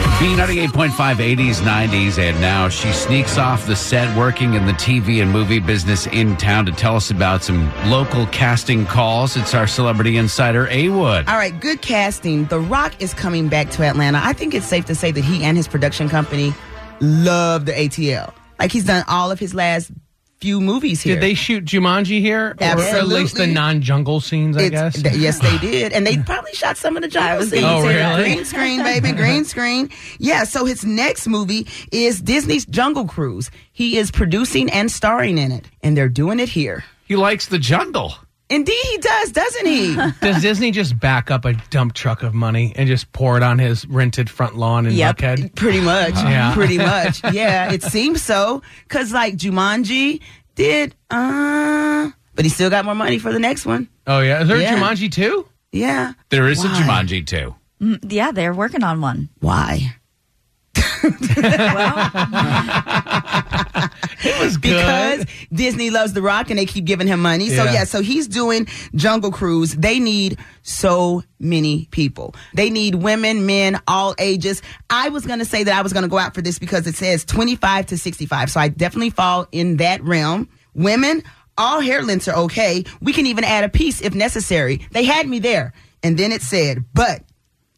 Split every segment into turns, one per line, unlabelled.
B98.5, 80s, 90s, and now she sneaks off the set working in the TV and movie business in town to tell us about some local casting calls. It's our celebrity insider, A Wood.
All right, good casting. The Rock is coming back to Atlanta. I think it's safe to say that he and his production company love the ATL. Like he's done all of his last few movies here.
Did they shoot Jumanji here? Or at
Absolutely.
least the non-jungle scenes, I
It's-
guess.
th- yes, they did, and they probably shot some of the jungle scenes.
Oh,
here.
really?
Green screen, baby, green screen. Yeah. So his next movie is Disney's Jungle Cruise. He is producing and starring in it, and they're doing it here.
He likes the jungle.
Indeed, he does, doesn't he?
Does Disney just back up a dump truck of money and just pour it on his rented front lawn in
Yep.
Buckhead?
Pretty much.
Yeah.
Pretty much. Yeah, it seems so. Cause like Jumanji did, uh, but he still got more money for the next one.
Oh yeah, is there
Yeah.
a Jumanji too?
Yeah.
There is a
Why?
Jumanji, too.
Mm, Yeah, they're working on one.
Why?
It was good.
Because Disney loves The Rock and they keep giving him money. So
Yeah.
yeah, so he's doing Jungle Cruise. They need so many people. They need women, men, all ages. I was gonna say that I was gonna go out for this because it says 25 to 65. So I definitely fall in that realm. Women, all hair lengths are okay. We can even add a piece if necessary. They had me there. And then it said, but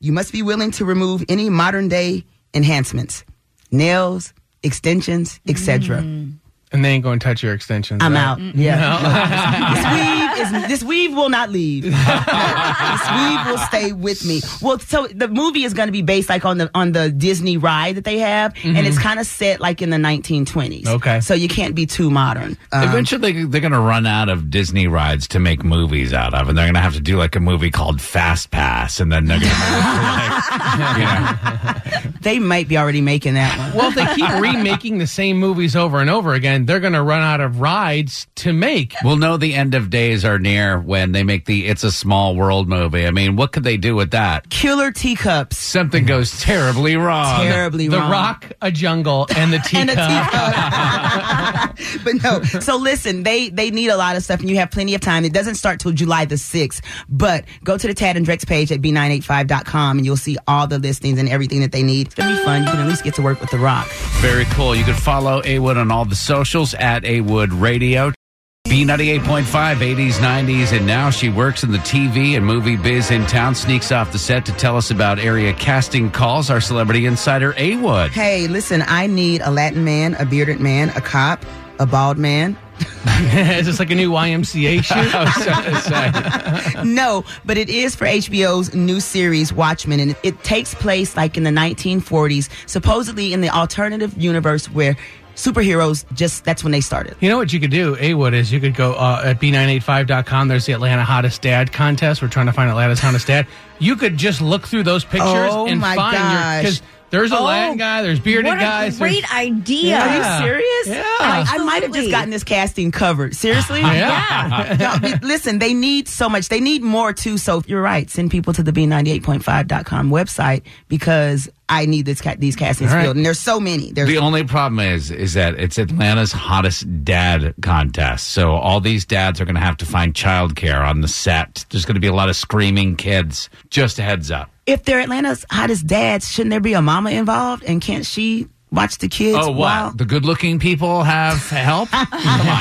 you must be willing to remove any modern day enhancements, nails, extensions, etc.
Mm. and they ain't going to touch your extensions.
I'm
right?
out. Yeah. this weave is this weave will not leave. this weave will stay with me. Well, so the movie is going to be based like on the on the Disney ride that they have, and it's kind of set like in the 1920s.
Okay.
so you can't be too modern. Um,
Eventually, they're going to run out of Disney rides to make movies out of, and they're going to have to do like a movie called Fast Pass, and then they're going to, like, you know,
they might be already making that one.
Well, if they keep remaking the same movies over and over again, they're going to run out of rides to make.
We'll know the end of days are near when they make the It's a Small World movie. I mean, what could they do with that?
Killer teacups,
Something goes terribly wrong.
terribly
The
wrong.
Rock, a jungle, and the
and a
teacup.
teacup. but no. So listen, they they need a lot of stuff, and you have plenty of time. It doesn't start till July the sixth. But go to the Tad and Drex page at b985.com, and you'll see all the listings and everything that they need. It's gonna be fun. You can at least get to work with the Rock.
Very cool. You can follow A Wood on all the socials at A Wood Radio. B98.5, 80s, 90s, and now she works in the TV and movie biz in town. Sneaks off the set to tell us about area casting calls. Our celebrity insider, A Wood.
Hey, listen, I need a Latin man, a bearded man, a cop, a bald man.
Is this like a new YMCA shoot? I was trying to say.
no, but it is for HBO's new series Watchmen, and it takes place like in the 1940s, supposedly in the alternative universe where superheroes just that's when they started.
You know what you could do, A Wood, is you could go uh, at B985.com. There's the Atlanta Hottest Dad contest. We're trying to find Atlanta's Hottest Dad. You could just look through those pictures
Oh,
and
my
find
gosh.
your. Because there's a
Oh,
Latin guy, there's bearded
what
guys.
a
there's-
great idea.
Yeah.
Are you serious?
Yeah.
I, I might have just
Absolutely.
gotten this casting covered. Seriously?
Yeah.
No, but listen, they need so much. They need more too. So you're right. Send people to the B98.5.com website because I need this ca- these castings
All right.
filled. And there's so many. There's
The only problem is, is that it's Atlanta's hottest dad contest. So all these dads are going to have to find childcare on the set. There's going to be a lot of screaming kids. Just a heads up.
if they're Atlanta's hottest dads, shouldn't there be a mama involved? And can't she watch the kids?
oh, what?
while-
The good looking people have help?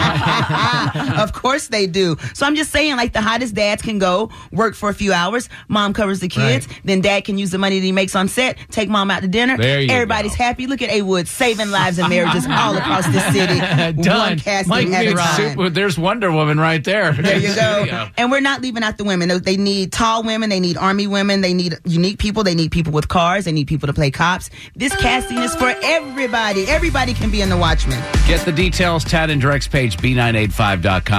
of course they do. So I'm just saying, like the hottest dads can go work for a few hours. Mom covers the kids.
Right.
Then dad can use the money that he makes on set, take mom out to dinner.
There you
Everybody's
go.
happy. Look at A Wood saving lives and marriages all across the city. One
Done.
casting
Mike
at a
Big
time.
Super-
Well, There's Wonder Woman right there.
There you go. And we're not leaving out the women. They- They need tall women. They need army women. They need unique people. They need people with cars. They need people to play cops. This casting is for everybody. Everybody can be in The Watchmen.
Get the details, Tad and Drex page, b985.com.